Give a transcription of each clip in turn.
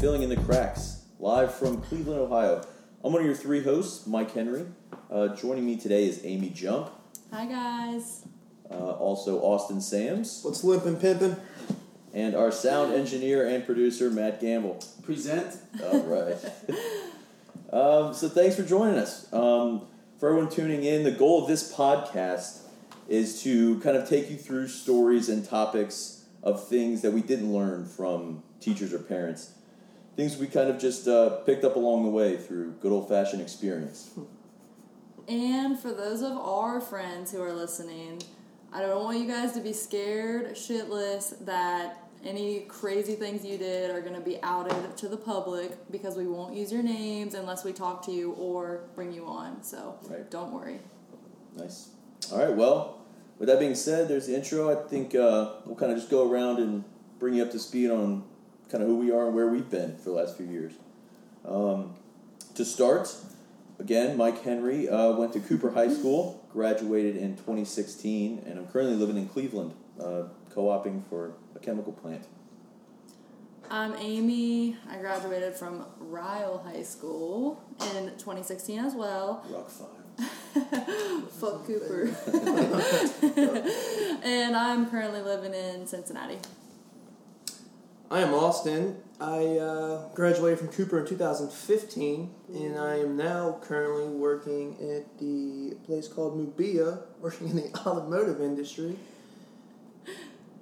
Filling in the Cracks, live from Cleveland, Ohio. I'm one of your three hosts, Mike Henry. Uh, joining me today is Amy Jump, Hi guys. uh, also Austin Sams, What's lippin' pimpin'? and our sound engineer and producer, Matt Gamble. present. All right. um, so thanks for joining us. Um, for everyone tuning in, the goal of this podcast is to kind of take you through stories and topics of things that we didn't learn from teachers or parents. Things we kind of just uh, picked up along the way through good old fashioned experience. And for those of our friends who are listening, I don't want you guys to be scared shitless that any crazy things you did are going to be outed to the public because we won't use your names unless we talk to you or bring you on. So Right. don't worry. Nice. All right, well, with that being said, there's the intro. I think uh, we'll kind of just go around and bring you up to speed on kind of who we are and where we've been for the last few years. Um, to start, again, Mike Henry uh, went to Cooper High School, graduated in 2016, and I'm currently living in Cleveland, uh, co oping for a chemical plant. I'm Amy. I graduated from Ryle High School in 2016 as well. Rock 5. Fuck Cooper. and I'm currently living in Cincinnati. I am Austin. I uh, graduated from Cooper in 2015, and I am now currently working at the place called Mubia, working in the automotive industry.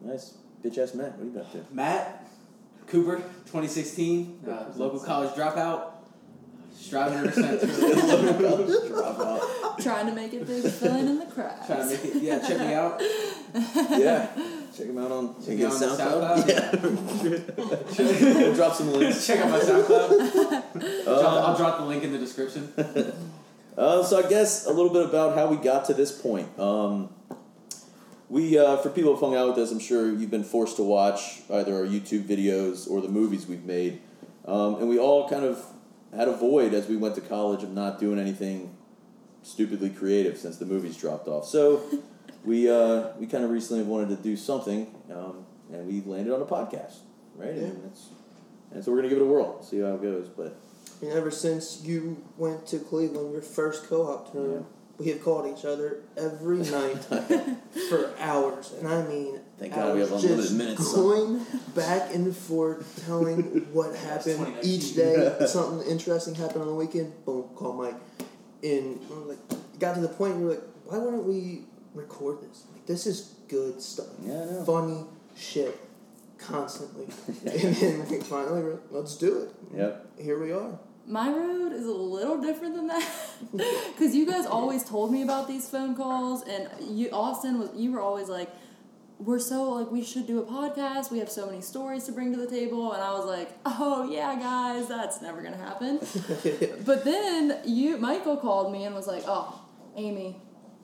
Nice. Bitch ass Matt, what are you about there? Matt Cooper, 2016, uh, local college dropout, striving to percent Drop out. Trying to make it big, filling in the cracks. Trying to make it, yeah, check me out. Yeah. Check him out on, Check me out on the SoundCloud. SoundCloud. We'll drop some links. Check out my SoundCloud. Drop- Uh, I'll drop the link in the description. Uh, so I guess a little bit about how we got to this point. Um, we, uh, for people who've hung out with us, I'm sure you've been forced to watch either our YouTube videos or the movies we've made, um, and we all kind of had a void as we went to college of not doing anything stupidly creative since the movies dropped off. So we uh, we kind of recently wanted to do something, um, and we landed on a podcast, right? Yeah. And, it's, and so we're gonna give it a whirl, see how it goes, but. And ever since you went to Cleveland, your first co-op tournament, we have called each other every night for hours, and I mean, Thank God we have hours, unlimited just minutes, son. going back and forth, telling what happened 2019. each day. Something interesting happened on the weekend. Boom, call Mike. And we were like, it got to the point where we were like, why wouldn't we record this? Like, this is good stuff, Yeah, I know. funny shit, constantly. and then we finally, were like, let's do it. Yep. Here we are. My road is a little different than that because you guys always told me about these phone calls, and you Austin was you were always like, "We're so like we should do a podcast. We have so many stories to bring to the table," and I was like, "Oh yeah, guys, that's never gonna happen." but then you Michael called me and was like, "Oh, Amy,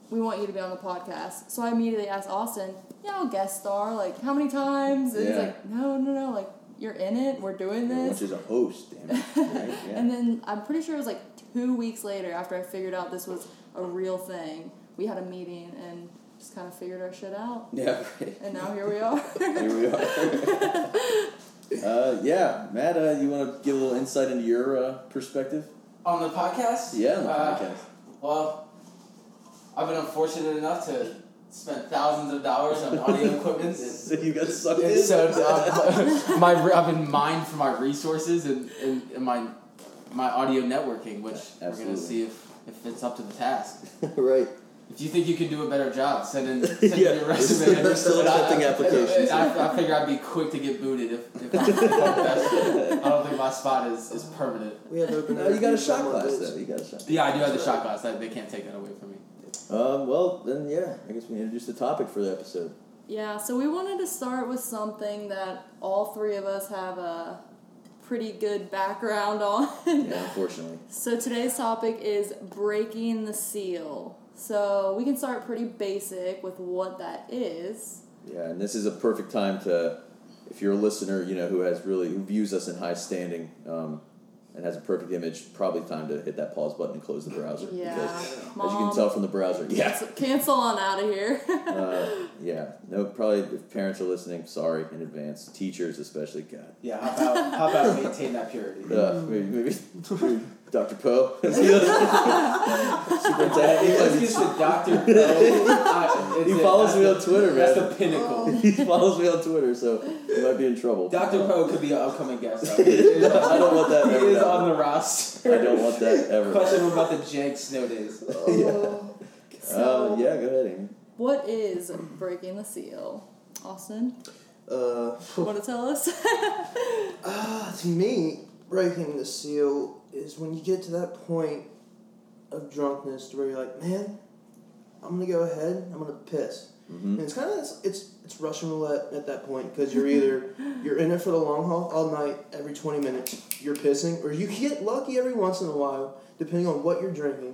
we want you to be on the podcast." So I immediately asked Austin, "Yeah, I'll guest star. Like how many times?" And he's Yeah. like, "No, no, no. Like you're in it. We're doing Yeah, this." Which is a host, damn it. Right? Yeah. And then I'm pretty sure it was like two weeks later after I figured out this was a real thing. We had a meeting and just kind of figured our shit out. yeah, right. And now here we are. Here we are. uh, yeah, Matt, uh, you want to give a little insight into your uh, perspective? On the podcast? Yeah, on the Uh, podcast. Well, I've been unfortunate enough to spend thousands of dollars on audio equipment. and- So you got sucked And in. so uh, my I've been mined for my resources and, and, and my my audio networking, which we're Absolutely. gonna see if, if it's up to the task. right. If you think you can do a better job, send in, send Yeah, in your we're resume. still- we're still And I- accepting I- applications. I, I figure I'd be quick to get booted if, if I'm the best. I don't think my spot is, is permanent. We have open. No, you got a interviews shot on glass, Mondays. though. You got a shot. Yeah, I do have the shot glass. That, they can't take that away from me. Um, well, then, yeah, I guess we introduced the topic for the episode. yeah, so we wanted to start with something that all three of us have a pretty good background on. Yeah, unfortunately. So today's topic is breaking the seal. So we can start pretty basic with what that is. Yeah, and this is a perfect time to, if you're a listener, you know, who has really, who views us in high standing, um, and has a perfect image, probably time to hit that pause button and close the browser. Yeah. Because, Mom, as you can tell from the browser, yeah. cancel, cancel on out of here. Uh, yeah, no, probably if parents are listening, sorry in advance. Teachers, especially, God. Yeah, how about how about maintain that purity? Uh, Mm-hmm. maybe, maybe Dr. Poe. Superintendent. Let's English. get to Doctor. Poe. He follows me on Twitter, That's man. the pinnacle. He follows me on Twitter, so he might be in trouble. Uh, Doctor Poe could be an upcoming guest. though. I don't want that. He Ever. is on the roster. I don't want that ever. Question him about the jank snow days. Uh, Oh, so, yeah, go ahead, Amy. what is breaking the seal? Austin, Uh, want to tell us? Ah, to me, breaking the seal is when you get to that point of drunkenness to where you're like, man, I'm gonna go ahead, I'm gonna piss. And it's kind of it's, it's it's Russian roulette at that point because you're either you're in it for the long haul all night, every 20 minutes you're pissing, or you get lucky every once in a while, depending on what you're drinking,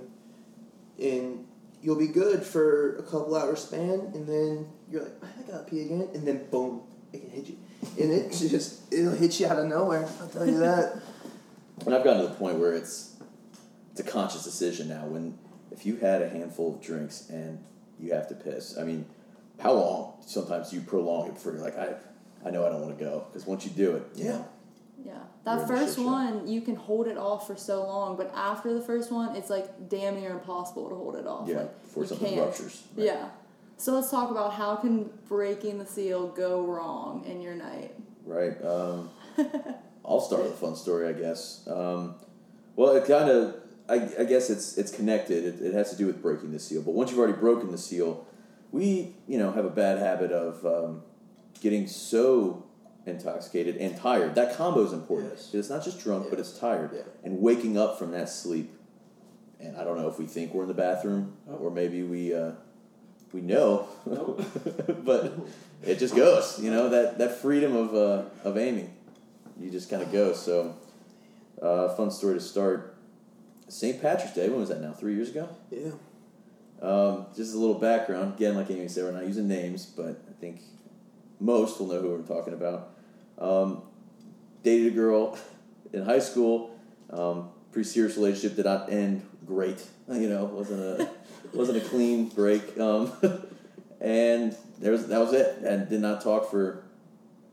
and you'll be good for a couple hours span, and then you're like, I gotta pee again, and then boom, it can hit you, and it just it'll hit you out of nowhere. I'll tell you that. And I've gotten to the point where it's it's a conscious decision now. When if you had a handful of drinks and you have to piss, I mean, how long? Sometimes you prolong it before you're like, I, I know I don't want to go because once you do it, you know, Yeah, You're in that a shit first show. one you can hold it off for so long, but after the first one, it's like damn near impossible to hold it off. yeah, like, before you something can't. ruptures. Yeah. So let's talk about how can breaking the seal go wrong in your night. Right. Um, I'll start with a fun story, I guess. Um, well, it kind of, I, I guess it's it's connected. It, it has to do with breaking the seal. But once you've already broken the seal, we you know have a bad habit of um, getting so intoxicated and tired. That combo is important. Yes. It's not just drunk, but Yes. it's tired. Yeah. And waking up from that sleep, and I don't know if we think we're in the bathroom or maybe we. Uh, we know, but it just goes. You know that that freedom of uh, of aiming, you just kind of go. So, uh, fun story to start. St. Patrick's Day. When was that now? Three years ago. Yeah. Um, just a little background. Again, like Amy said, we're not using names, but I think most will know who we're talking about. Um, dated a girl in high school. Um, pretty serious relationship. Did not end great. You know, wasn't a wasn't a clean break. Um, and there was that was it. And did not talk for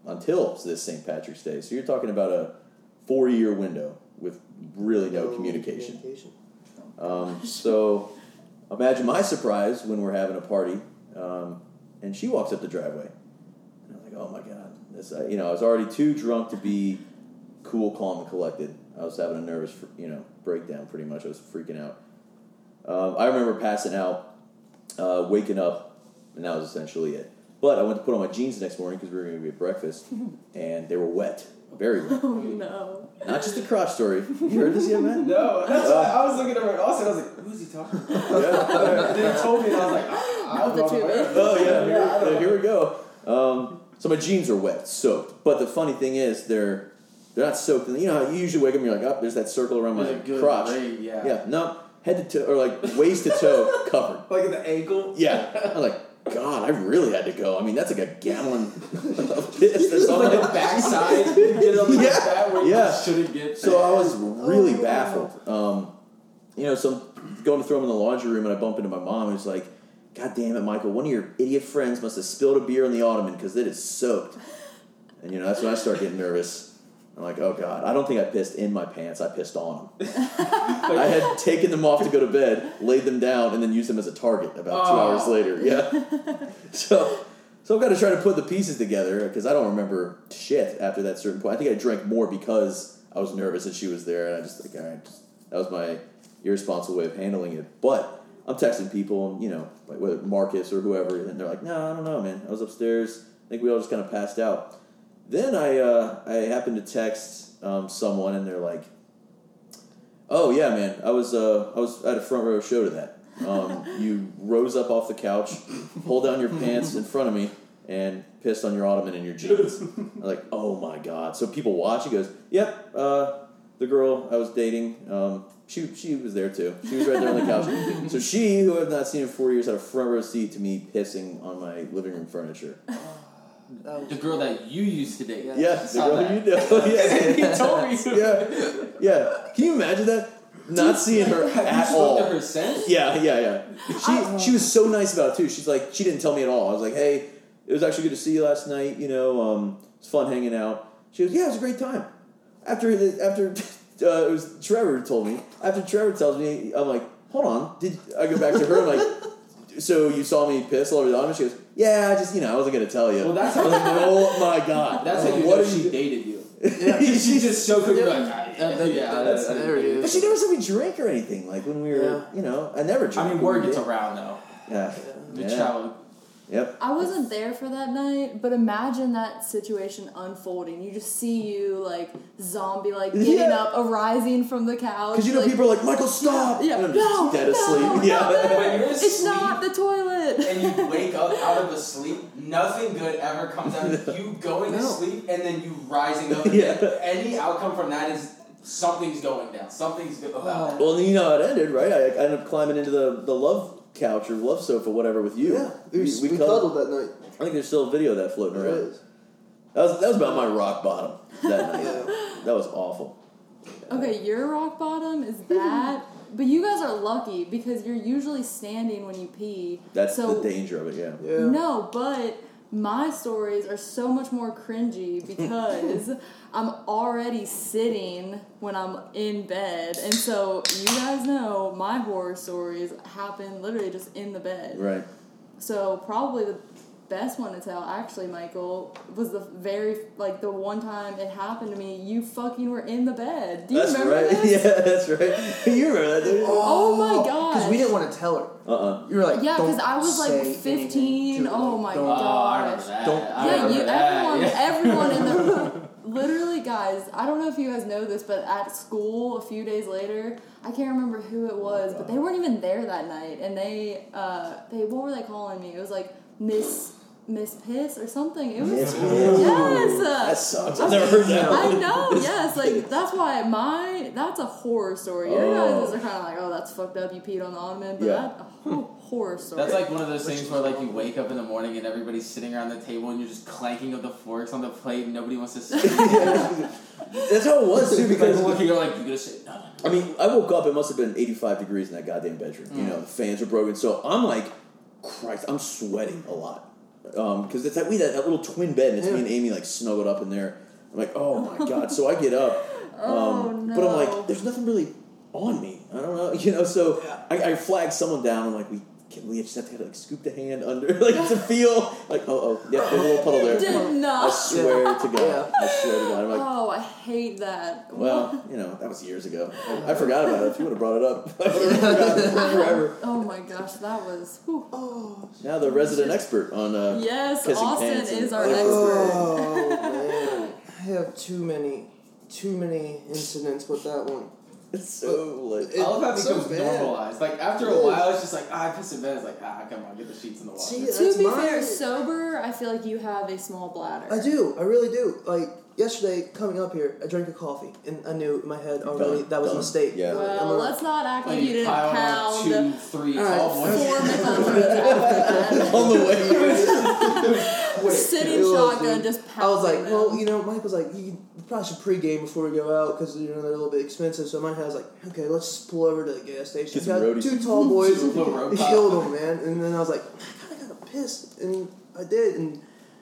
until this St. Patrick's Day. So you're talking about a four year window with really no communication. Um, so imagine my surprise when we're having a party, um, and she walks up the driveway, and I'm like, "Oh my god!" This, I, you know, I was already too drunk to be cool, calm, and collected. I was having a nervous, fr- you know, breakdown. Pretty much, I was freaking out. Um, I remember passing out, uh, waking up, and that was essentially it. But I went to put on my jeans the next morning because we were going to be at breakfast, and they were wet, very wet. Oh no. Not just a crotch story. You heard this yet, man? No, that's Uh. why I was looking over at Austin. I was like, "Who's he talking?" about? they told me, and I was like, I, Not "I'm the not two aware of of this." Oh yeah, here, I don't yeah, here we go. Um, so my jeans are wet, soaked. But the funny thing is, they're they're not soaked. You know, how you usually wake up and you're like, oh, there's that circle around my There's a good crotch. ray, yeah. yeah, no, head to toe or like waist to toe covered. Like at the ankle. Yeah, I'm like, God, I really had to go. I mean, that's like a gallon of piss or On something. the backside, you get it on the Yeah, back where you yeah. shouldn't get. So I was really Oh. baffled. Um, you know, so I'm going to throw him in the laundry room, and I bump into my mom, who's like, "God damn it, Michael! One of your idiot friends must have spilled a beer on the ottoman because it is soaked." And you know, that's when I start getting nervous. I'm like, "Oh God, I don't think I pissed in my pants. I pissed on them. I had taken them off to go to bed, laid them down, and then used them as a target about two Oh. hours later. Yeah. so." So I've got to try to put the pieces together because I don't remember shit after that certain point. I think I drank more because I was nervous that she was there, and I just like, all right, just- that was my irresponsible way of handling it. But I'm texting people, and you know, like whether Marcus or whoever, and they're like, no, I don't know, man. I was upstairs. I think we all just kind of passed out. Then I uh, I happened to text um, someone, and they're like, oh yeah, man, I was uh, I was at a front row show to that. Um, you rose up off the couch, pulled down your pants in front of me, and pissed on your ottoman in your jeans. I'm like, oh my god. So people watch. He goes, yep. Uh, the girl I was dating, um, she she was there too. She was right there on the couch. So she, who I've not seen in four years, had a front row seat to me pissing on my living room furniture. That was The girl that you used to date. Yeah. Yeah, the Saw girl that. you know. he yeah, told me. yeah, yeah. Can you imagine that? Not seeing her You at spoke to all. her since? Yeah, yeah, yeah. She she was so nice about it too. She's like she didn't tell me at all. I was like, hey, it was actually good to see you last night. You know, um, it's fun hanging out. She goes, yeah, it was a great time. After the- after uh, it was Trevor told me. After Trevor tells me, I'm like, hold on. Did I go back to her? I'm like. So you saw me piss all over the audience? She goes, "Yeah, I just you know I wasn't gonna tell you." Well, that's I was like, how, "Oh my god!" that's how Like, you what know are she you Uh, dated you. yeah, She's just so quick. Yeah. You're like, "Ah, yeah, Yeah, yeah, that's- I- I- there it is. But she never said we drank or anything. Like when we were, Yeah. you know, I never drank. I mean, when word we gets did. around though. Yeah. The Yeah. travel. Yep. I wasn't there for that night, but imagine that situation unfolding. You just see you like zombie, like getting Yeah. up, arising from the couch. Because you know, like, people are like, Michael, stop! Yeah, And I'm just no, dead asleep. no, yeah. When you're It's not the toilet. and you wake up out of a sleep, nothing good ever comes out of you going to No. sleep and then you rising up. Yeah. again. Any outcome from that is something's going down. Something's good about it. Oh, well, and you know how it ended, right? I, I ended up climbing into the, the love couch or love sofa, whatever, with you. Yeah, we, we, cuddled. cuddled that night. I think there's still a video of that floating There it around. is. That was, that was about my rock bottom that night. Yeah. that was awful. Okay, your rock bottom is Hmm. that, but you guys are lucky because you're usually standing when you pee. That's so the danger of it, yeah. Yeah. No, but my stories are so much more cringy because I'm already sitting when I'm in bed. And so you guys know my horror stories happen literally just in the bed. Right. So probably the best one to tell actually Michael was the very like the one time it happened to me you fucking were in the bed. Do you that's remember right. this? Yeah, that's right. you remember that, dude? Oh my Because we gosh. didn't want to tell her. Uh-uh. You were like, Yeah, because because I was like 15. Oh my Oh, God. I remember that. Don't- I Yeah, remember you, that. everyone, Yeah. everyone in the room. Literally, guys, I don't know if you guys know this, but at school a few days later, I can't remember who it was, but they weren't even there that night, and they, uh, they, what were they calling me? It was like Miss Miss Piss or something. It was yes. That sucks. I've never heard that. I one. know, yes, like that's why my that's a horror story. Your Oh. guys are kind of like, oh, that's fucked up. You peed on the ottoman, but Yeah. that a whole horror story. That's like one of those things where like you wake up in the morning and everybody's sitting around the table and you're just clanking of the forks on the plate and nobody wants to sit. That's how it was too. because Because looking you're like you gotta sit. No, no, I mean, I woke up. It must have been 85 degrees in that goddamn bedroom. You know, the fans were broken. So I'm like, Christ, I'm sweating a lot. Because it's that we had that little twin bed, and it's me Yeah. and Amy like snuggled up in there. I'm like, oh my god. So I get up. Um, Oh, no. But I'm like, there's nothing really on me. I don't know. You know. So I, I flagged someone down. I'm like, we. Can we just have to kind of like scoop the hand under, like to feel, like oh oh yeah, there's a little puddle there. did not. I swear to God, Yeah. I swear to God. I'm like, oh, I hate that. Well, you know, that was years ago. I, I forgot about it. If you would have brought it up, I would have forgotten it forever. Oh my gosh, that was. whew. Oh, Now the resident expert on uh, Yes, Pissing Austin pants and- is our Oh. expert. oh man. I have too many, too many incidents with that one. it's so like I love how it It's so becomes bad. normalized. Like after a It is. while, it's just like ah, I pissed in bed. It's like ah, come on, get the sheets in the washer. See, To that's be mine. fair, sober, I feel like you have a small bladder. I do. I really do. Like yesterday, coming up here, I drank a coffee, and I knew in my head already Done. that was Done. a mistake. Yeah. I'm Well, a- let's not act like Like you didn't pile on pound two, three, All right. all four one. McDonald's after that. on the way. Wait, Sitting it was, shotgun, dude. just I was like, pounding well, them. you know, Mike was like, you probably should pregame before we go out because you know they're a little bit expensive. So my head was like, okay, let's just pull over to the gas station. Get some Got roadies. two tall boys, Some little road and pop. killed them, man. And then I was like, I kind of got pissed, and I did, and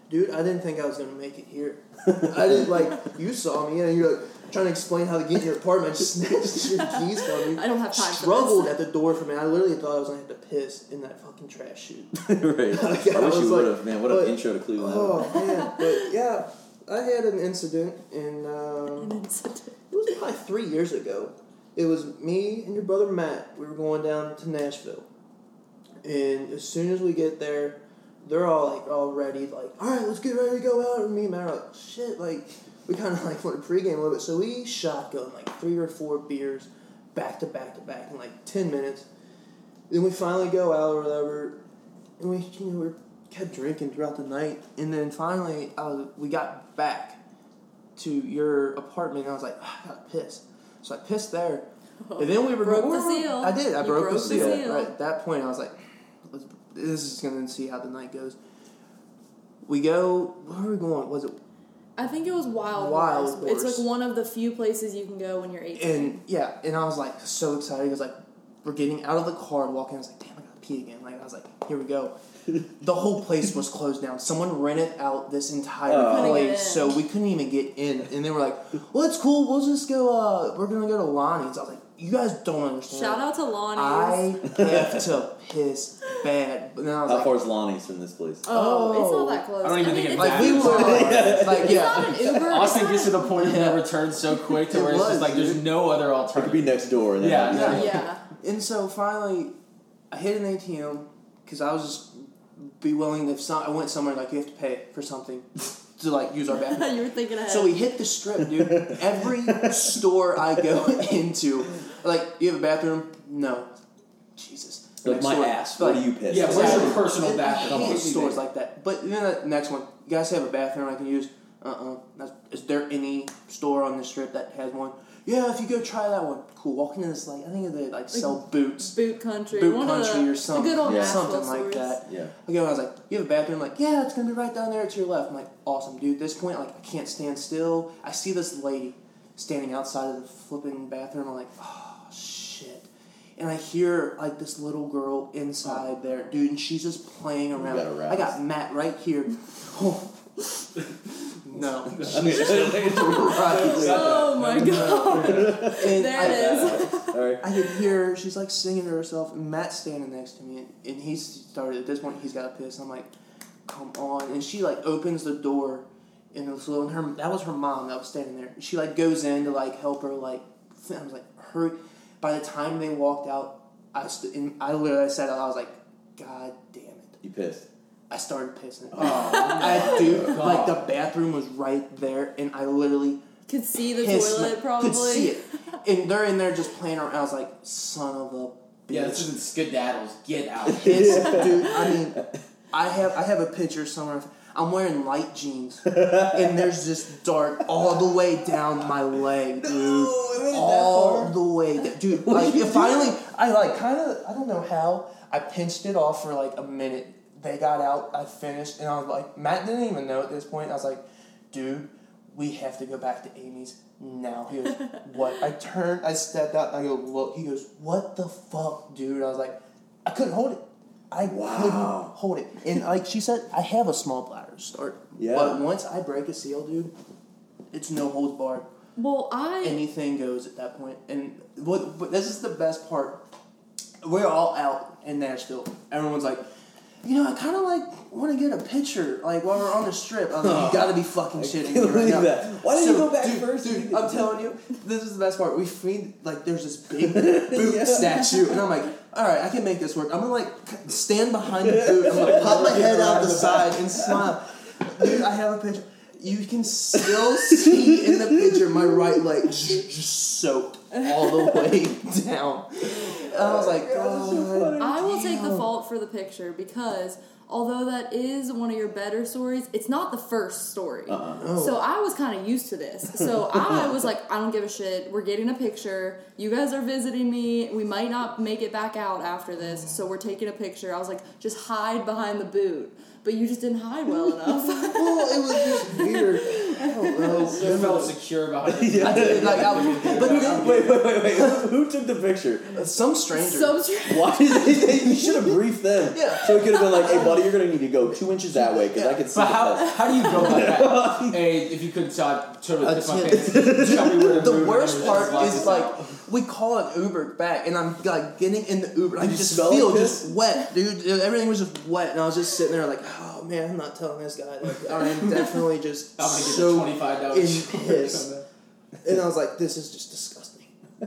dude, I didn't think I was gonna make it here. I didn't like you saw me, and you're like trying to explain how to get in your apartment. I just snatched your keys from you. I don't have time for Struggled at the door for me. I literally thought I was gonna have to piss in that fucking trash chute. right. I Yeah, I wish was you like, would have, man. What an what- intro to Cleveland. Oh man, but yeah, I had an incident in um, An incident. it was probably three years ago. It was me and your brother Matt. We were going down to Nashville, and as soon as we get there, they're all like all ready, like all right, let's get ready to go out. And me and Matt are like, shit, like we kind of like want to pregame a little bit, so we shotgun like three or four beers back to back to back in like ten minutes. Then we finally go out or whatever, and we you know we kept drinking throughout the night, and then finally uh, we got back to your apartment, and I was like, "Ah, I gotta piss. So I pissed there, and then we were Oh, Broke the we were- seal. I did. I You broke, the, broke the seal. seal. Right at that point, I was like, Let's, "This is gonna see how the night goes." We go. Where are we going? Was it? I think it was Wild, Wild Horse. It's Horse. like one of the few places you can go when you're 18. And yeah, and I was like so excited because like we're getting out of the car and walking. I was like, damn, I gotta pee again. Like I was like, here we go. the whole place was closed down. Someone rented out this entire Oh. Couldn't get place, in. so we couldn't even get in. And they were like, well, it's cool. We'll just go. uh We're gonna go to Lonnie's. I was like, you guys don't understand. Shout out to Lonnie. I have to piss bad. But then I was How like, far is Lonnie's from this place? oh, it's Oh. not that close. I don't even think it it's like not we an were Uber. like It's not Uh, yeah. an Uber. it's Austin not- gets to the point of Yeah. no return so quick to It where it's was, just like there's dude. no other It could be alternative. next door. And Yeah, that yeah. Yeah. And so finally, I hit an ATM because I was just be willing if some, I went somewhere like you have to pay for something to like use our bathroom. you were thinking ahead. So we hit the strip, dude. Every store I go into, like you have a bathroom? No, Jesus. Like Next my store, ass. like, What do you piss? Yeah, where's Exactly. your personal I bathroom? hate stores like that. But then the next one, you guys have a bathroom I can use. Uh uh Is there any store on the strip that has one? Yeah, if you go try that one. Cool. Walking in this like I think they like sell boots, boot country. boot one country of the, or something, The good old Yeah. Nashville something like stores. that. Yeah. Okay, I was like, you have a bathroom? Like, yeah, it's gonna be right down there to your left. I'm like, awesome, dude. At this point, like, I can't stand still. I see this lady standing outside of the flipping bathroom. I'm like, oh shit. And I hear like this little girl inside there, dude, and she's just playing around. got aroused. I got Matt right here. Oh. no, right. Oh my god. And There I, it is. All right. I could hear her, she's like singing to herself, and Matt's standing next to me, and, and he started at this point. He's got pissed. I'm like, come on! And she like opens the door, and it's little. And her that was her mom that was standing there. She like goes in to like help her. Like I was like, hurry! By the time they walked out, I st- and I literally said I was like, God damn it! You pissed. I started pissing. Oh, I dude, God. like the bathroom was right there, and I literally Could see the pissed toilet my- probably. Could see it. And they're in there just playing around. I was like, son of a bitch. yeah, this isn't skedaddles. Get out. This dude, I mean, I have I have a picture somewhere. of- I'm wearing light jeans, and there's just dark all the way down my leg, dude. all the way, down. dude. Like it finally, I like kind of I don't know how I pinched it off for like a minute. They got out. I finished, and I was like, Matt didn't even know at this point. I was like, dude, we have to go back to Amy's now. He goes, what? I turned, I stepped out, and I go, look. He goes, what the fuck, dude? I was like, I couldn't hold it. I Wow. couldn't hold it. And like she said, I have a small bladder start. Yeah. But once I break a seal, dude, it's no holds barred Well, I anything goes at that point. And what but this is the best part. We're all out in Nashville. Everyone's like, you know, I kind of like want to get a picture, like while we're on the strip. I'm like, you gotta be fucking shitting me can't right believe now. that. Why didn't you go back dude, first? Dude, I'm telling you, this is the best part. We fiend like there's this big boot statue, and I'm like, all right, I can make this work. I'm gonna like stand behind the boot. I'm gonna pop my head out the side and smile. Dude, I have a picture. You can still see in the picture my right leg j- just soaked all the way down. And I was like, God, I will take the damn." fault for the picture because although that is one of your better stories, it's not the first story. Uh-uh. So I was kind of used to this. So I was like, I don't give a shit. We're getting a picture. You guys are visiting me. We might not make it back out after this. So we're taking a picture. I was like, just hide behind the boot. But you just didn't hide well enough. Well, it was just weird. I don't know. You felt secure behind the I did, like, I was, but then Wait, wait, wait, wait. Who, who took the picture? some stranger. so strange. Why did they? they you should have briefed them. Yeah. So it could have been like, "Hey, buddy, you're gonna need to go two inches that way because I can see But the how, pest." how do you go about that? hey, if you couldn't tell, I totally pissed my That's pants. Tell me where to move The and worst everything. part Lock is this like out. we call an Uber back, and I'm like getting in the Uber. and I Did you just smell feel like just piss? wet, dude. Everything was just wet, and I was just sitting there like, oh man, I'm not telling this guy. Like, I am definitely just I'm gonna get so a twenty-five dollars. in piss. And I was like, this is just disgusting.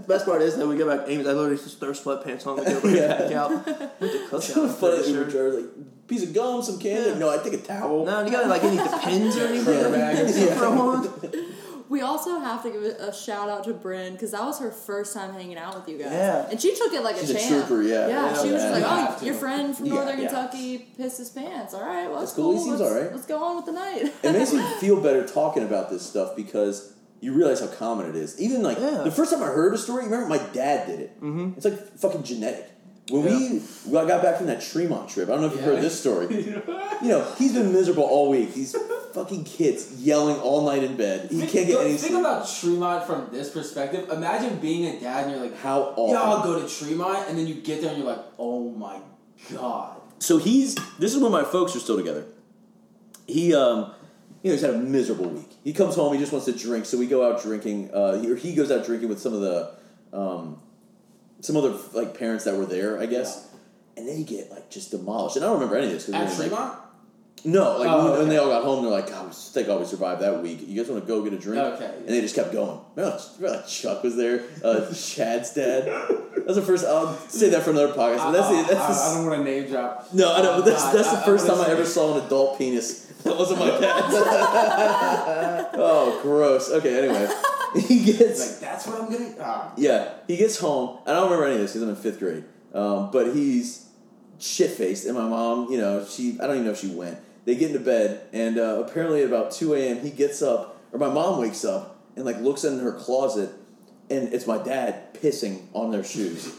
Best part is that we go back to Amy's. I literally just throw sweatpants on. We go back out. We have to cook out. How I'm funny pretty Uber sure. driver like piece of gum, some candy. Yeah. No, I take a towel. No, you gotta like any the pins or anything. Rubber bag or Yeah. Throw on. We also have to give a shout out to Bryn because that was her first time hanging out with you guys. Yeah. And she took it like She's a a champ. trooper, yeah. Yeah, Yeah, she was just yeah. like, You have oh, to. your friend from Yeah, Northern yeah. Kentucky pissed his pants. All right, well, that's cool. He seems Let's, all right." Let's go on with the night. it makes me feel better talking about this stuff because you realize how common it is. Even like Yeah. the first time I heard a story, remember my dad did it. Mm-hmm. It's like fucking genetic. When we when I got back from that Tremont trip, I don't know if you've Yeah. heard this story. You know, he's been miserable all week. These fucking kids yelling all night in bed. He think, can't get go- any Think sleep. about Tremont from this perspective. Imagine being a dad and you're like, How awful. "Yeah, I'll go to Tremont," and then you get there and you're like, "Oh my god." so he's this is when my folks are still together. He um you know he's had a miserable week. He comes home, he just wants to drink, so we go out drinking, uh he, or he goes out drinking with some of the um some other like parents that were there, I guess. And they get like just demolished. And I don't remember any of this At because Tremont? No, like Oh, when, when okay. they all got home, they're like, "God, we think all we survived that week. You guys want to go get a drink?" Okay. And they just kept going. No, like Chuck was there. Uh, Chad's dad. That's the first. I'll say that for another podcast. But that's I, I- the, that's the, I, I don't want to name drop. no, I know, but that's, God, that's the I- I first wanna time I ever say- saw an adult penis. That wasn't my dad's. oh, gross. Okay, anyway. He gets. Like that's what I'm gonna. Ah. Yeah, he gets home. and I don't remember any of this because I'm in fifth grade. Um, but he's shit faced, and my mom, you know, she I don't even know if she went. They get into bed, and uh, apparently at about two a.m. he gets up, or my mom wakes up and like looks in her closet, and it's my dad pissing on their shoes,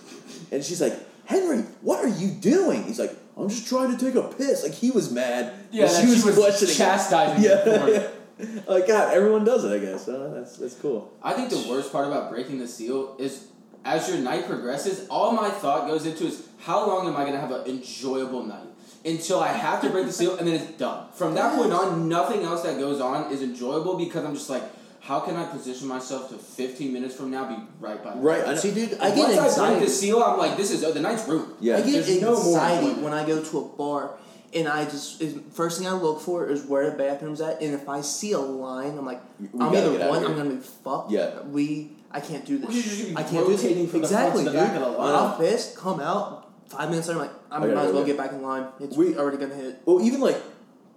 and she's like, "Henry, what are you doing?" He's like. I'm just trying to take a piss. Like he was mad. Yeah, and that she was, she was questioning it. chastising him for Yeah, it. yeah. Like God, everyone does it. I guess uh, that's that's cool. I think the worst part about breaking the seal is as your night progresses, all my thought goes into is how long am I gonna have an enjoyable night until I have to break the seal and then it's done. From that point on, nothing else that goes on is enjoyable because I'm just like, how can I position myself to 15 minutes from now be right by? the Right. I door? know. See, dude, I get Once I break anxiety. the seal, I'm like, this is oh, the night's ruined. Yeah. I get There's no more anxiety enjoyment. when I go to a bar and I just is, first thing I look for is where the bathroom's at, and if I see a line, I'm like, We I'm gotta get either out one, of I'm here. gonna be fucked. Yeah. we, I can't do this. Well, you're just gonna be I can't do this. rotating from the front exactly, to the dude. back of the line. I'm pissed. Come out. Five minutes later, I'm like, I I might gotta as go well get- get back in line. It's We- already gonna hit. Well, even like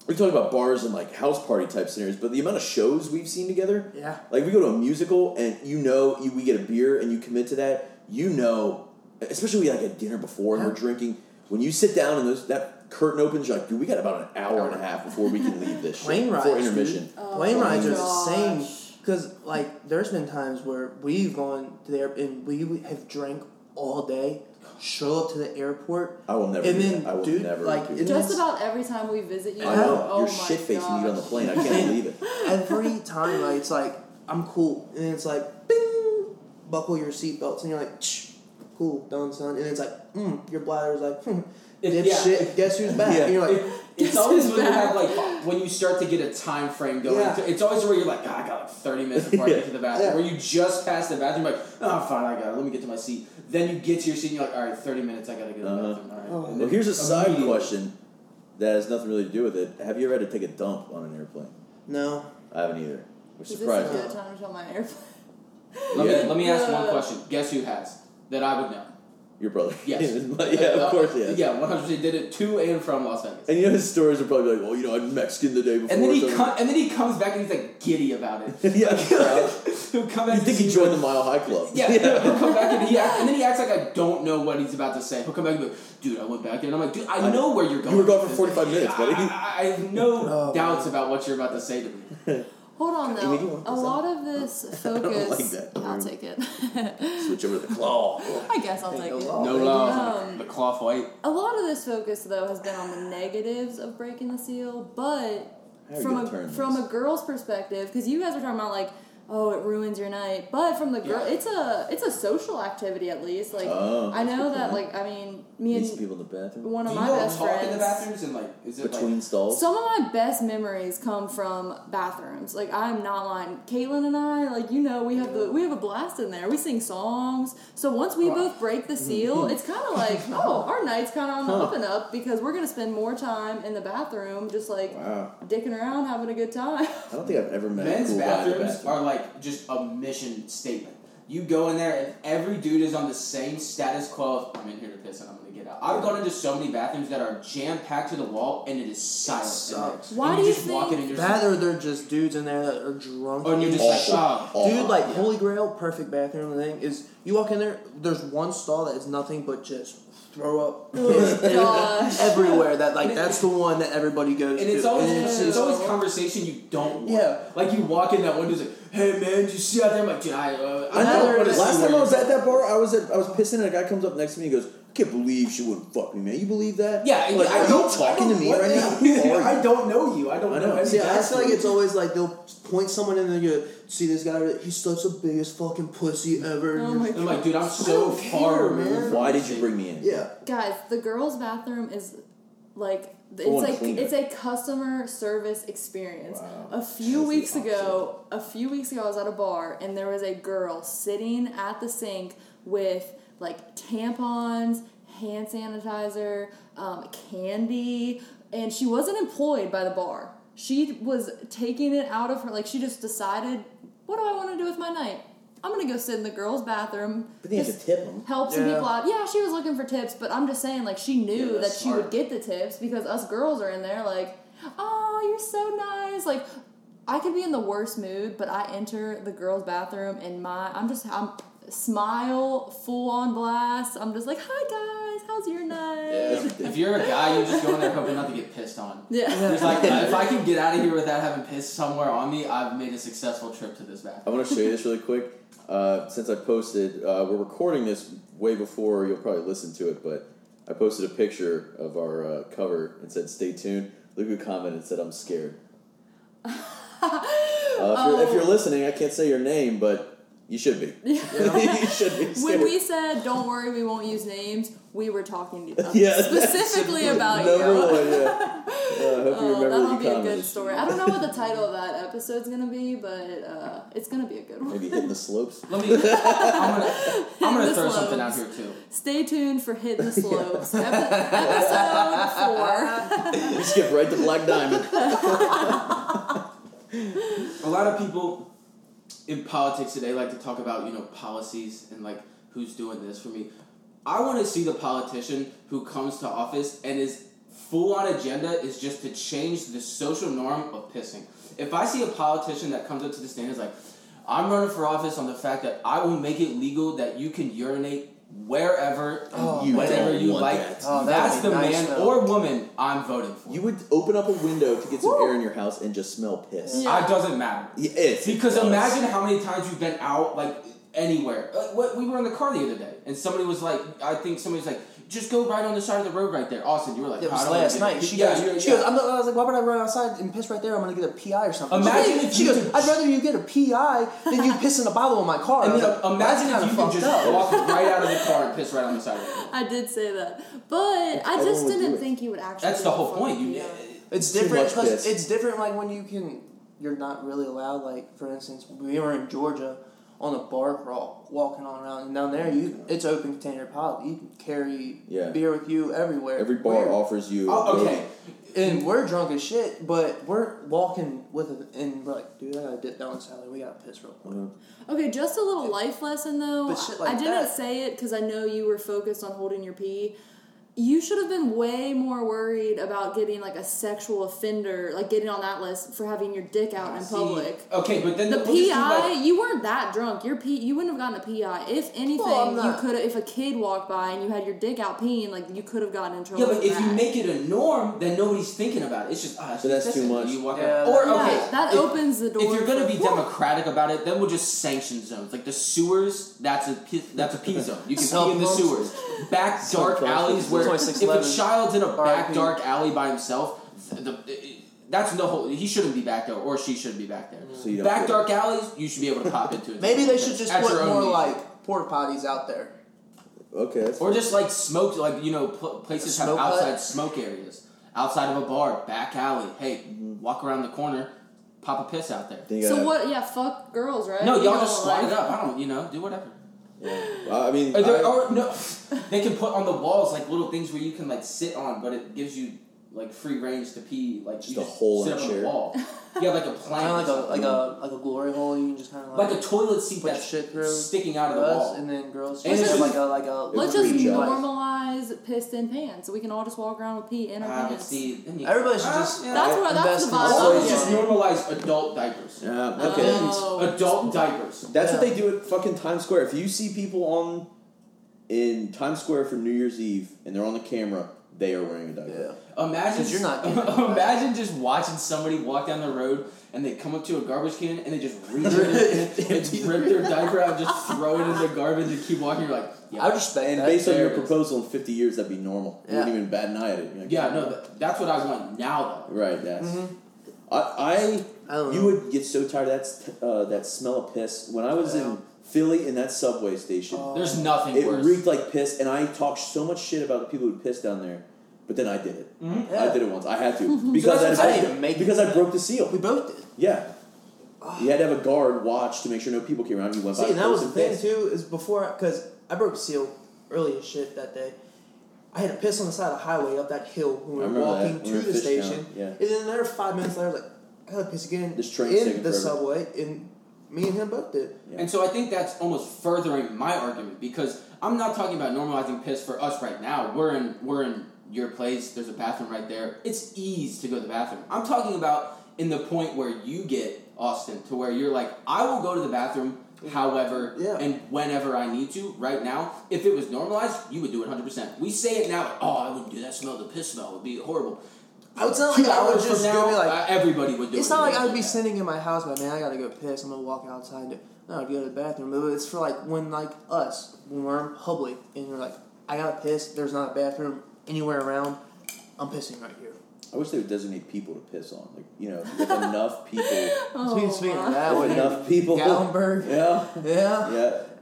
we talk about bars and like house party type scenarios, but the amount of shows we've seen together, Yeah. like we go to a musical and you know you, we get a beer and you commit to that, you know, especially we like at dinner before and we're Yeah. drinking. When you sit down and those that curtain opens, you're like, dude, we got about an hour and a half before we can leave this Plane shit, rides, before intermission. Dude. Oh plane my rides are the gosh. same. Because like, there's been times where we've gone to there and we have drank all day, show up to the airport, I will never. and do then that. I will dude, never. like do in that. Just this- about every time we visit you, I know oh you're my shit faced when you get on the gosh. plane. I can't believe it. every time like, it's like I'm cool, and it's like bing, buckle your seatbelts, and you're like, Shh, cool, done, son, and it's like, mm, your bladder's like, hmm, It- yeah. dipshit, guess who's back? Yeah. And you're like, It- it's This always is when you have bad. like when you start to get a time frame going. Yeah. to- It's always where you're like, "Ah, I got like 30 minutes before I Yeah. get to the bathroom. Yeah. Where you just pass the bathroom, like, oh fine, I got it. Let me get to my seat. Then you get to your seat, and you're like, all right, 30 minutes, I gotta go to the Uh-huh. bathroom. All right. Oh. And Well, then here's a side immediately- question that has nothing really to do with it. Have you ever had to take a dump on an airplane? no, I haven't either. Which Is this a surprised me. good time to tell my airplane? Let Yeah. me let me ask one Yeah. question. Guess who has that I would know? Your brother. Yes. Uh, But yeah, of course, yeah. Yeah, 100. He did it to and from Las Vegas. And you know his stories are probably like, well, you know, I'm Mexican the day before. And then he so- com- and then he comes back and he's like giddy about it. yeah, proud. He'll come back. You think he to- joined the Mile High Club? Yeah, he'll come back and he act, and then he acts like I don't know what he's about to say. He'll come back and be like, "Dude, I went back in." And I'm like, "Dude, I, I- know where you're going." You were gone with for this. 45 minutes, buddy. I, I- I have no Oh, doubts about what you're about to say to me. Hold on Amy, do you though. want A this lot of this don't focus. like that. will take it. Switch over to the Oh. claw. I guess I'll Take take the it. law. No thank love, you. the claw fight. A lot of this focus though has been on the negatives of breaking the seal, but How are you from gonna a turn from this? a girl's perspective, because you guys were talking about like, oh, it ruins your night. But from the girl, Yeah. it's a it's a social activity at least. Like Oh, I that's know good that point. like I mean me Meet some and people in the bathroom. one of Do my you all best talk friends. in the bathrooms and like, is it Between like? stalls. Some of my best memories come from bathrooms. Like I'm not lying. Caitlin and I, like you know, we have the we have a blast in there. We sing songs. So once we Wow. both break Mm-hmm. the seal, it's kind of like oh, our night's kind of on the up and up because we're gonna spend more time in the bathroom, just like wow. dicking around, having a good time. I don't think I've ever met Men's a cool guy in the bathrooms bathroom. are like just a mission statement. You go in there and every dude is on the same status quo. Of, I'm in here to piss and I'm gonna get out. I've gone into so many bathrooms that are jam packed to the wall and it is silent. in there. sucks. And Why you do you just walk in think and you're just That or they're just dudes in there that are drunk. Oh, and you're as just like, shit. oh. Awful. Dude, like Yeah. Holy Grail, perfect bathroom thing is you walk in there. There's one stall that is nothing but just throw up piss and- gosh. everywhere. That like And it- that's the one that everybody goes And to. it's always And it's, just- always conversation you don't want. Yeah. Like you walk in that window, it's like, hey man, did you see out there? I'm like, dude, I, uh, I I don't know. wanna see Last time where I was you're- at that bar, I was at, I was pissing, and a guy comes up next to me and goes, I can't believe she wouldn't fuck me, man. You believe that? Yeah, and like, I are you don't- talking to me what right the- now? Who are I you? don't know you. I don't I know. know. any See, Yeah, I guys. feel like it's always like they'll point someone in and you see this guy. He's such the biggest fucking pussy ever. Oh my I'm like, dude, I'm so don't far care, removed. man. from Why this did you shit. bring me in? yeah, Guys, the girls' bathroom is like it's Oh, and like cleaner. it's a customer service experience. Wow. A few That's the weeks ago, a few weeks ago, I was at a bar and there was a girl sitting at the sink with like tampons, hand sanitizer, um, candy, and she wasn't employed by the bar. She was taking it out of her like she just decided, what do I want to do with my night? I'm gonna go sit in the girls' bathroom. But they have to Just- tip them. help some Yeah. people out. Yeah, she was looking for tips, but I'm just saying, like, she knew Yeah, that that's she would smart. get the tips because us girls are in there, like, oh, you're so nice. Like, I could be in the worst mood, but I enter the girls' bathroom and my, I'm just, I'm smile full on blast. I'm just like, hi guys, how's your That's night? ridiculous. If you're a guy, you just go in there hoping not to get pissed on. Yeah. It's like, uh, if I can get out of here without having pissed somewhere on me, I've made a successful trip to this I bathroom. want to show you this really quick. Uh, since I posted, uh, we're recording this way before you'll probably listen to it, but I posted a picture of our uh, cover and said, "Stay tuned." Look who commented said, "I'm scared." Uh, if, you're, Oh. if you're listening, I can't say your name, but you should be. you should be scared. Oh. When we said, don't worry, we won't use names, we were talking to uh, Yeah, that's Um, specifically about Number you. one, yeah. Uh, I hope you Oh, remember that'll that be you a good commented. story. I don't know what the title of that episode's gonna be, but uh, it's gonna be a good one. Maybe hitting the slopes. Let me. I'm gonna. I'm gonna This throw loads. something out here too. Stay tuned for Hit the Slopes, Epi- episode four. You skip right to Black Diamond. A lot of people in politics today like to talk about you know policies and like who's doing this for me. I want to see the politician who comes to office and his full on agenda is just to change the social norm of pissing. If I see a politician that comes up to the stand and is like, I'm running for office on the fact that I will make it legal that you can urinate wherever and Oh, You whenever don't you want like. that. Oh, that That's would be the nice, man though. or woman I'm voting for. You would open up a window to get some air in your house and just smell piss. Yeah. I doesn't matter. Yeah, it's- Because it does. imagine how many times you've been out, like anywhere. Like, what we were in the car the other day, and somebody was like, I think somebody was like, just go right on the side of the road right there, Austin. You were like, it "Nah, I was don't last wanna do night. that." She yeah, you're- goes, she yeah. goes. I'm not, I was like, why would I run outside and piss right there? I'm gonna get a PI or something. Imagine she, if she you goes. could- I'd rather you get a PI than you piss in a bottle in my car. And I was then uh, like, imagine that's if you kinda could fucked just up. walk right out of the car and piss right on the side of the road. I did say that, but I just would do didn't it. think you would actually. That's the do whole it. point. You, Yeah. It's Too different much piss. because it's different. Like when you can, you're not really allowed. Like for instance, we were in Georgia on a bar crawl, walking on around, and down there you it's open container potty. You can carry Yeah. beer with you everywhere. Every bar We're- offers you. Oh, okay. and we're drunk as shit, but we're walking with it, and we're like, dude, I gotta dip down Sally. We gotta piss real Uh, quick. Okay, just a little life lesson though. But shit I like didn't that- say it because I know you were focused on holding your pee. You should have been way more worried about getting like a sexual offender, like getting on that list for having your dick out in See, public. Okay, but then The we'll just do, PI, like- you weren't that drunk. Your P, you wouldn't have gotten a PI. If anything, Well, I'm you not. could. If a kid walked by and you had your dick out peeing, like you could have gotten in trouble. Yeah, but for if you that. make it a norm, then nobody's thinking about it. It's just ah, it's So that's too consistent. much. You walk Yeah, out. Or Yeah, okay, that if- opens the door. If you're gonna for- be democratic about it, then we'll just sanction zones like the sewers. That's a pi- that's a P zone. You can pee in the Sub-pumps. sewers. Back dark Sub-pumps. alleys where if a 2611. child's in a back RIP. dark alley by himself, th- the. That's no whole. He shouldn't be back there, or she shouldn't be back there. So you don't back get it. dark alleys, you should be able to pop into. it. Maybe they should just At your put own more leisure. like porta potties out there. Okay, that's Or just like smoke, like you know, pl- places have Smoke hut? outside smoke areas, outside of a bar, back alley. Hey, walk around the corner, pop a piss out there. Then you so gotta- what? Yeah, fuck girls, right? No, You y'all don't just squat like- it up. I don't, you know, do whatever. yeah. I mean, Or there I- are no. They can put on the walls like little things where you can like sit on, but it gives you like free range to pee. Like you Just a hole sit in a up on chair. the wall. You have like a plank, Kind or of like a something. like a like a glory hole. You can just kind of like a toilet seat put your that's shit through sticking out of the us, wall. and then girls. And just it's have like just- a like a. Let's would just be jealous. normalize pissed in pants. We can all just walk around with pee in our Ah, but pants. see, then you- Everybody should Ah, just. yeah. That's what- that's invest the in vibe. Also, Oh, self- yeah. just normalize adult diapers. Yeah, okay. Oh. Adult diapers. That's what Yeah. they do at fucking Times Square. If you see people on in Times Square for New Year's Eve and they're on the camera, they are wearing a diaper. Yeah. Imagine 'Cause you're not getting it. imagine just watching somebody walk down the road and they come up to a garbage can and they just reach in and rip their diaper out, and just throw it in the garbage and keep walking. You're like, yeah, I'll just And that based on there your it is. proposal, in 50 years, that'd be normal. You Yeah. wouldn't even bat an eye at it. You're like, yeah, no, that, that's what I want now though. Right, that's. Mm-hmm. I, I I don't you know. would get so tired of that, st- uh, that smell of piss. When I was in Philly in that subway station, Oh. There's nothing it worse. reeked like piss, and I talked so much shit about the people who pissed down there, but then I did it. I did it once. I had to. Because, that's I, what I'm saying. Make- because I broke the seal. We both did. Yeah. You had to have a guard watch to make sure no people came around. You went by See, and that was the person thing pissed. too is before because I broke seal early as shit that day. I had to piss on the side of the highway up that hill when I we were remember that, walking when to we were the in Fishtown, station. yeah. And then another five minutes later, I was like, I gotta piss again This train's in taking the forever. subway, and me and him both did. Yeah. And so I think that's almost furthering my argument because I'm not talking about normalizing piss for us right now. We're in we're in your place. There's a bathroom right there. It's ease to go to the bathroom. I'm talking about in the point where you get Austin to where you're like, I will go to the bathroom however Yeah. and whenever I need to right now. If it was normalized, you would do it 100%. We say it now, like, oh, I wouldn't do that smell. The piss smell would be horrible. I would not Two like I would hours just from go now, be like, uh, everybody would do it. it's not like I would be Yeah. sitting in my house, but man, I gotta go piss. I'm gonna walk outside. And do, no, I'd go to the bathroom. But it's for like when like us when we're in public and you're like, I gotta piss. There's not a bathroom anywhere around. I'm pissing right here. I wish they would designate people to piss on. Like, you know, if enough people. Oh, Speaking, speaking wow. of that, With when enough people. Gallenberg, Yeah. yeah,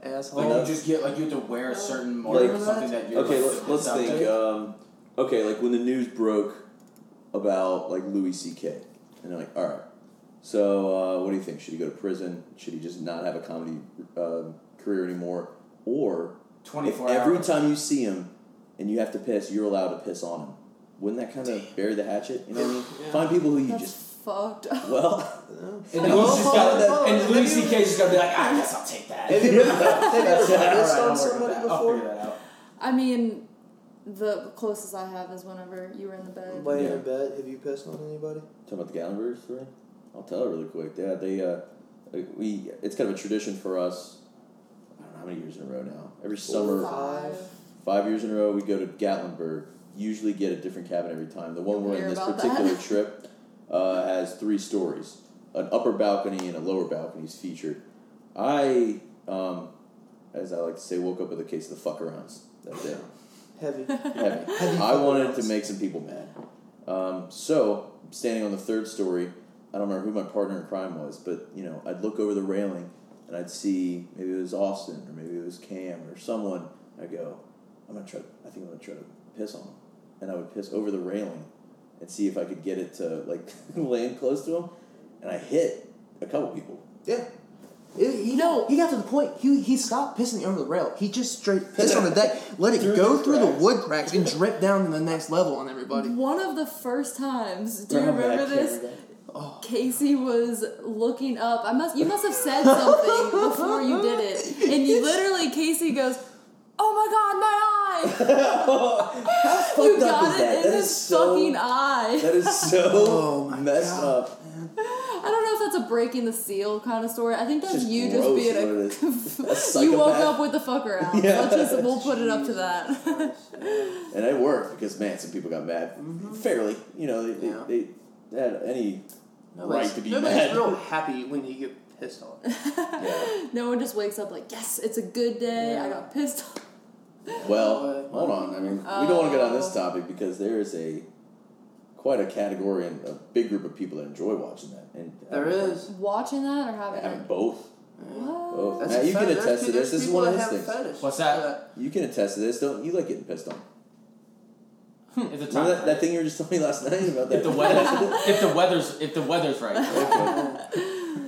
Yeah. asshole. Like Enough. you just get like you have to wear a certain mark Like- or something that you're Okay, like, let, let's subject. think. Um, okay, like when the news broke about like Louis C.K. and they're like, all right, so uh, what do you think? Should he go to prison? Should he just not have a comedy um career anymore? Or Twenty if four every hours. time you see him and you have to piss, you're allowed to piss on him. Wouldn't that kind of bury the hatchet? You know what I mean? Yeah. Find people who you That's just fucked up. well. And then he's just got Oh, and have Louis you- C.K.'s just gotta be like, "Ah, I guess I'll take that. Have you ever, have you ever That's it. pissed All right, I'll on work with somebody that. I'll before? figure that out. I mean, the closest I have is whenever you were in the bed. Laying Yeah. in bed, have you pissed on anybody? Talking about the Gallenberg story? I'll tell it really quick. Yeah, they uh, we it's kind of a tradition for us. I don't know how many years in a row now. Every summer, Five. five years in a row, we go to Gatlinburg. Usually get a different cabin every time. The one we're Hear in this about particular that. trip uh, has three stories. An upper balcony and a lower balcony is featured. I, um, as I like to say, woke up with a case of the fuck-arounds that day. Heavy. Heavy. Heavy I wanted to fuck-arounds. make some people mad. Um, so, standing on the third story, I don't remember who my partner in crime was, but you know, I'd look over the railing and I'd see maybe it was Austin or maybe it was Cam or someone. I go, I'm gonna try. I think I'm gonna try to piss on him, and I would piss over the railing and see if I could get it to like land close to him, and I hit a couple people. Yeah. It- you know, he got to the point. He he stopped pissing over the rail. He just straight pissed on the deck, let it Through go the through cracks. the wood cracks and drip down to the next level on everybody. One of the first times, do you Remember that remember kid? this? Casey was looking up. I must. You must have said something before you did it, and you literally Casey goes, "Oh my God, my eye! How fucked You up is got it that? in That his is so. fucking eye." that is so Oh my messed God. up. I don't know if that's a breaking the seal kind of story. I think that's Just you gross, just what being is it? a. A you woke psychopath? up with the fuck around. Yeah. Oh, Let's just we'll put it up to that. And it worked because man, some people got mad fairly. You know, they, Yeah. they, they had any right to be nobody's mad. real happy when you get pissed off. Yeah. no one just wakes up like, "Yes, it's a good day. I Yeah. got pissed off." Well, hold on. I mean, we don't want to get on this Oh. topic because there is a quite a category and a big group of people that enjoy watching that. And There is. Watching that or having having it. both. What? Both. That's Now, a you fe- can there's attest to pe- this. there's This is people one of that his have things. fetish What's for that? You can attest to this. Don't you like getting pissed on? If the time Remember that, that thing you were just telling me last night about that. If the weather, if the weather's, if the weather's right,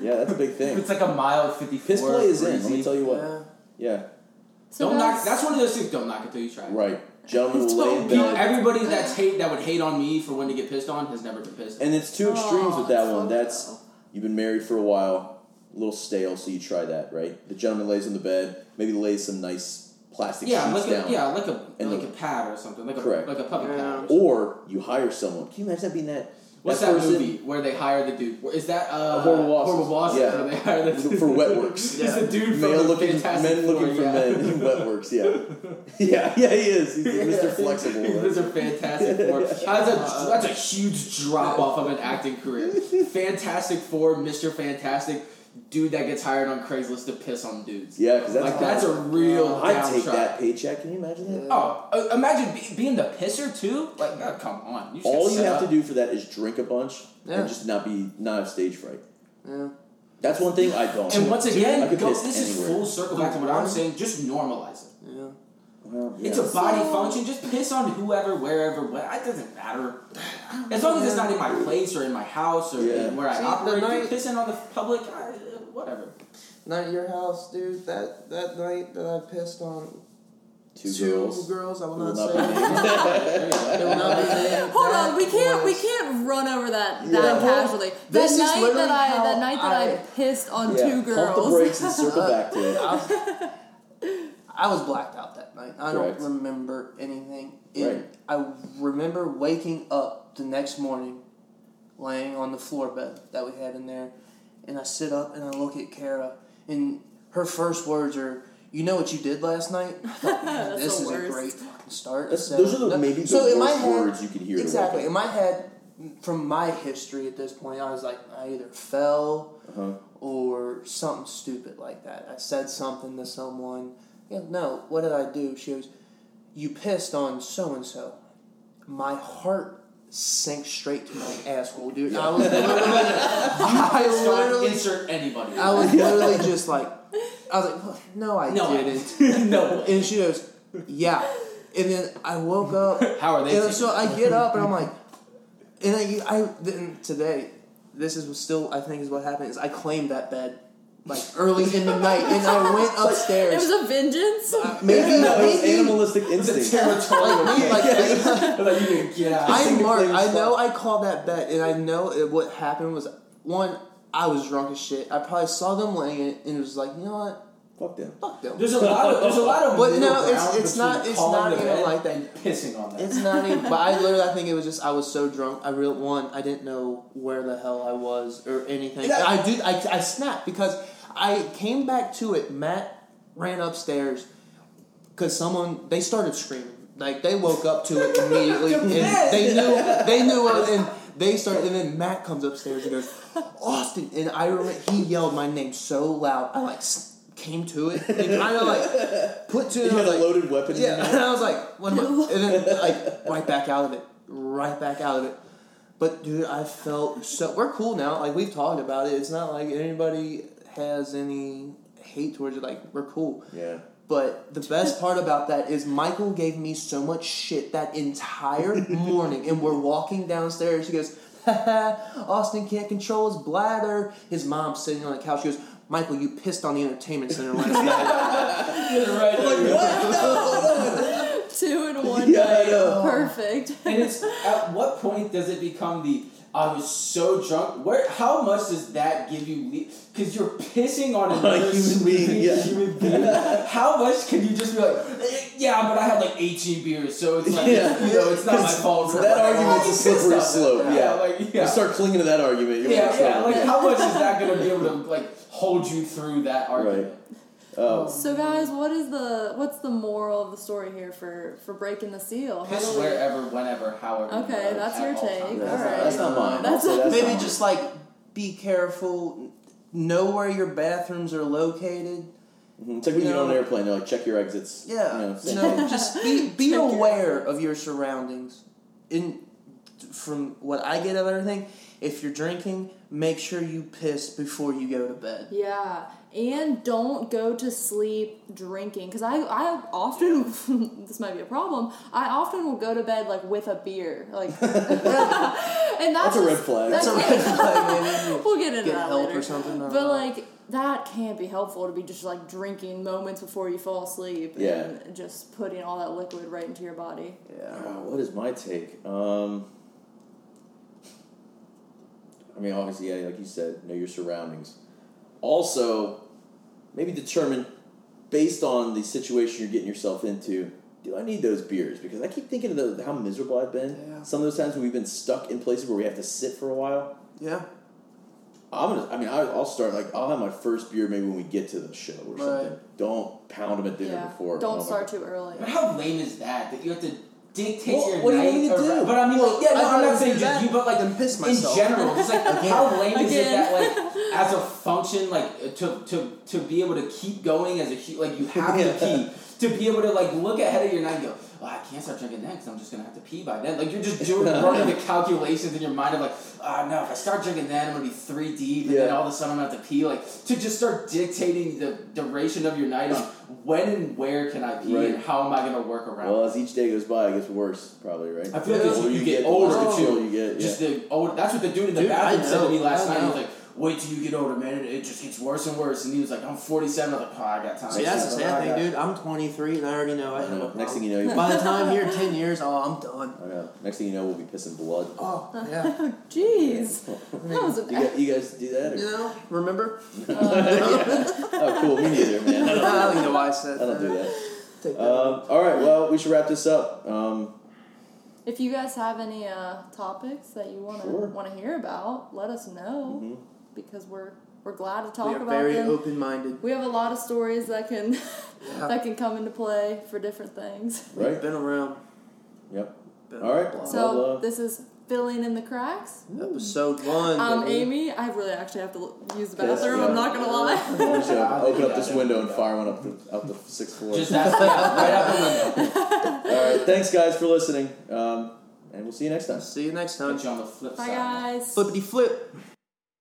yeah, that's a big if thing. it's like a mild fifty-four, Piss play is in. Let me breezy- tell you what. Yeah. Yeah, So Don't knock. guys- That's one of those things. Don't knock until you try. it. right. Gentlemen will lay in Don't bed. be The- Everybody that's hate that would hate on me for when to get pissed on has never been pissed. on. And it's two extremes Oh, with that that's one. so That's cool. you've been married for a while, a little stale, so you try that, right? The gentleman lays on the bed, maybe lays some nice plastic Yeah, sheets like a, down. yeah, like a And like the- a pad or something, like a Correct. like a puppy Yeah. pad. Or something. Or you hire someone. Can you imagine that being that What's That that, person- movie where they hire the dude? Where- Is that uh, Horrible Bosses. Horrible Bosses, Yeah. where they hire the dude. for wet works. He's the dude from Male the looking Fantastic men Four, looking for yeah. men. Wet works. Yeah, yeah, yeah. He is. He's Yeah. Mr. Flexible. He's right? Mr. Fantastic Four. That's a that's a huge drop off of an acting career. Fantastic Four, Mr. Fantastic, dude that gets hired on Craigslist to piss on dudes. Yeah, because that's like that's a real. I down take track. that paycheck. Can you imagine that? Yeah. Oh, uh, imagine be, being the pisser too. Like, oh, come on. You just All get you set have up. to do for that is drink a bunch Yeah. and just not be not have stage fright. Yeah. That's one thing I don't. And once Dude, again, I could go- piss this anywhere. is full circle back to what I'm saying. Just normalize it. Yeah. Well, It's yeah. a body So- function. Just piss on whoever, wherever. What it doesn't matter. As long as it's not in my place or in my house or Yeah. in where I See, the operate, if night- you're pissing on the public, I, uh, whatever. Night at your house, dude. That that night that I pissed on two, girls. girls. I will Will not, not say. be names. There you go. It will not be named. Hold That on, we can't we was- can't run over that Yeah. that casually. That This is night literally that I how that night that I, I- pissed on yeah. two Pump the girls. brakes and circle Uh, back to it. I was- I was blacked out that night. I Correct. don't remember anything. And Right. I remember waking up the next morning, laying on the floor bed that we had in there, and I sit up and I look at Kara, and her first words are, "You know what you did last night? I thought, "Man, That's this the is a worst. great fucking start." That's- So- those are the- maybe the so in my worst head- words you can hear to wake Exactly. up. In my head, from my history at this point, I was like, I either fell Uh-huh. or something stupid like that. I said something to someone. Yeah, no, what did I do? She was, you pissed on so and so. My heart sank straight to my asshole, dude. I was literally, I Stop, literally, insert anybody. I was literally just like, I was like, "Well, no, I no, I didn't. no. And she goes, yeah. And then I woke up. How are they? And taking so it? I get up and I'm like, and I, I then today, this is still I think is what happened is I claimed that bed like early in the night and I went It upstairs. was a vengeance. maybe Yeah, those maybe animalistic It's a instincts. territorial. like, thing. like, Like, you can get out. I Single marked. player I stuff. know I called that bet, and I know it, what happened was one. I was drunk as shit. I probably saw them laying it, and it was like, you know what? Fuck them. Fuck them. there's a lot of there's a lot of But no, middle it's- ground it's between not- it's calling not the even bed like that. and pissing on them. It's not even. But I literally, I think it was just I was so drunk. I real one, I didn't know where the hell I was or anything. Yeah. I do. I, I snapped because I came back to it. Matt ran upstairs because someone they started screaming. Like they woke up to it immediately, and they knew they knew what. And they started, and then Matt comes upstairs and goes, "Austin!" And I remember he yelled my name so loud. I like s- came to it and kind of like put to You it. had I was a like, loaded weapon. in your yeah, and I was like, what am I? And then, like, right back out of it. Right back out of it. But, dude, I felt so. We're cool now. Like, we've talked about it. It's not like anybody has any hate towards it. Like, we're cool. Yeah. But the best part about that is Michael gave me so much shit that entire morning, and we're walking downstairs. She goes, Austin can't control his bladder. His mom's sitting on the couch. She goes, Michael, you pissed on the entertainment center last night. right. Like what? Oh, Two in one Yeah, I night. know. uh, Perfect. And it's at what point does it become the I was so drunk? Where how much does that give you? Because you're pissing on another human being, sleeping yeah. human being. How much can you just be like, "Eh, yeah, but I had like 18 beers, so it's like Yeah. you know, it's not my fault. That argument's a You slippery pissed on them. slope, yeah. like You yeah. start clinging to that argument. You're yeah, in yeah, trouble. like how much is that gonna be able to like hold you through that argument? Right. Oh, So guys, what is the what's the moral of the story here for for breaking the seal? How Piss do we- wherever, whenever, however. Okay, like, that's at your all take. times. no, that's, Alright. not, that's not mine. That's- I'll say that's Maybe not just like be careful, know where your bathrooms are located. mine. Mhm. It's like when you you're on an know- airplane. They're like, check your exits. Yeah, You know, you same know, thing. just be be Check your- aware of your surroundings. In from what I get of everything, if you're drinking, make sure you piss before you go to bed. Yeah, and don't go to sleep drinking because I I often this might be a problem. I often will go to bed like with a beer, like, and that's, That's a red just- flag. That's a red flag. man. You We'll get into Get that help later. or something. I don't But know. like that can't be helpful to be just like drinking moments before you fall asleep Yeah. and just putting all that liquid right into your body. Yeah. Uh, what is my take? Um, I mean, obviously, yeah, like you said, know your surroundings. Also, maybe determine based on the situation you're getting yourself into do I need those beers? Because I keep thinking of the, how miserable I've been. Yeah. Some of those times when we've been stuck in places where we have to sit for a while. Yeah. I'm gonna. I mean, I, I'll start like I'll have my first beer maybe when we get to the show or something. Don't pound them at dinner yeah. before. Don't Oh, start too early. But how lame is that? That you have to dictate Well, your what do you night. want me to around- do? But I mean, like, yeah, I'd no, I'm rather not saying do just that you, but like than piss myself. in general. Just like how lame is it Again. that like as a function, like to to to be able to keep going as a hu- like you have Yeah. to pee to be able to like look ahead of your night and go. Oh, I can't start drinking then because I'm just gonna have to pee by then. Like you're just doing running the calculations in your mind of like, ah, no, if I start drinking then I'm gonna be three deep, and then Yeah. all of a sudden I'm gonna have to pee. Like to just start dictating the duration of your night on when and where can I pee Right. and how am I gonna work around. Well, as each day goes by, it gets worse, probably, right? I feel like The it's- older you get the older, less too. control you get. Just yeah. the oh, that's what the dude in the Dude, bathroom I said to me know, last I night. He was know. like, "Wait till you get older, man. It, it just gets worse and worse." And he was like, "I'm 47." I'm like, "Oh, I got time." See, that's the I sad got- thing, dude. I'm 23 and I already know I I have a know. Next thing problem. you know, you, By the time you're 10 years, oh, I'm done. I know. Next thing you know, we'll be pissing blood. Oh, yeah. Jeez, that was a You, got, you guys do that? Or? You know, remember? Oh, cool. Me neither, man. I I don't, don't even know why I said I don't do that. Take that. Um, all right. Well, we should wrap this up. Um, If you guys have any uh, topics that you want to Sure. want to hear about, let us know mhm. because we're we're glad to we talk are about very them. open minded. We have a lot of stories that can Yeah. that can come into play for different things. Right. Been around. Yep. Been All right. around. So Well, uh, this is filling in the cracks. Episode one. I'm Um, baby. Amy. I really actually have to l- use the Yes, bathroom. yeah. I'm not gonna lie. We should open up this Yeah. window and fire one up the up the sixth floor. Just ask me out, right out the window. all right. Thanks, guys, for listening. Um, and we'll see you next time. See you next time. Put you on the flip Bye side. guys. Flippity flip.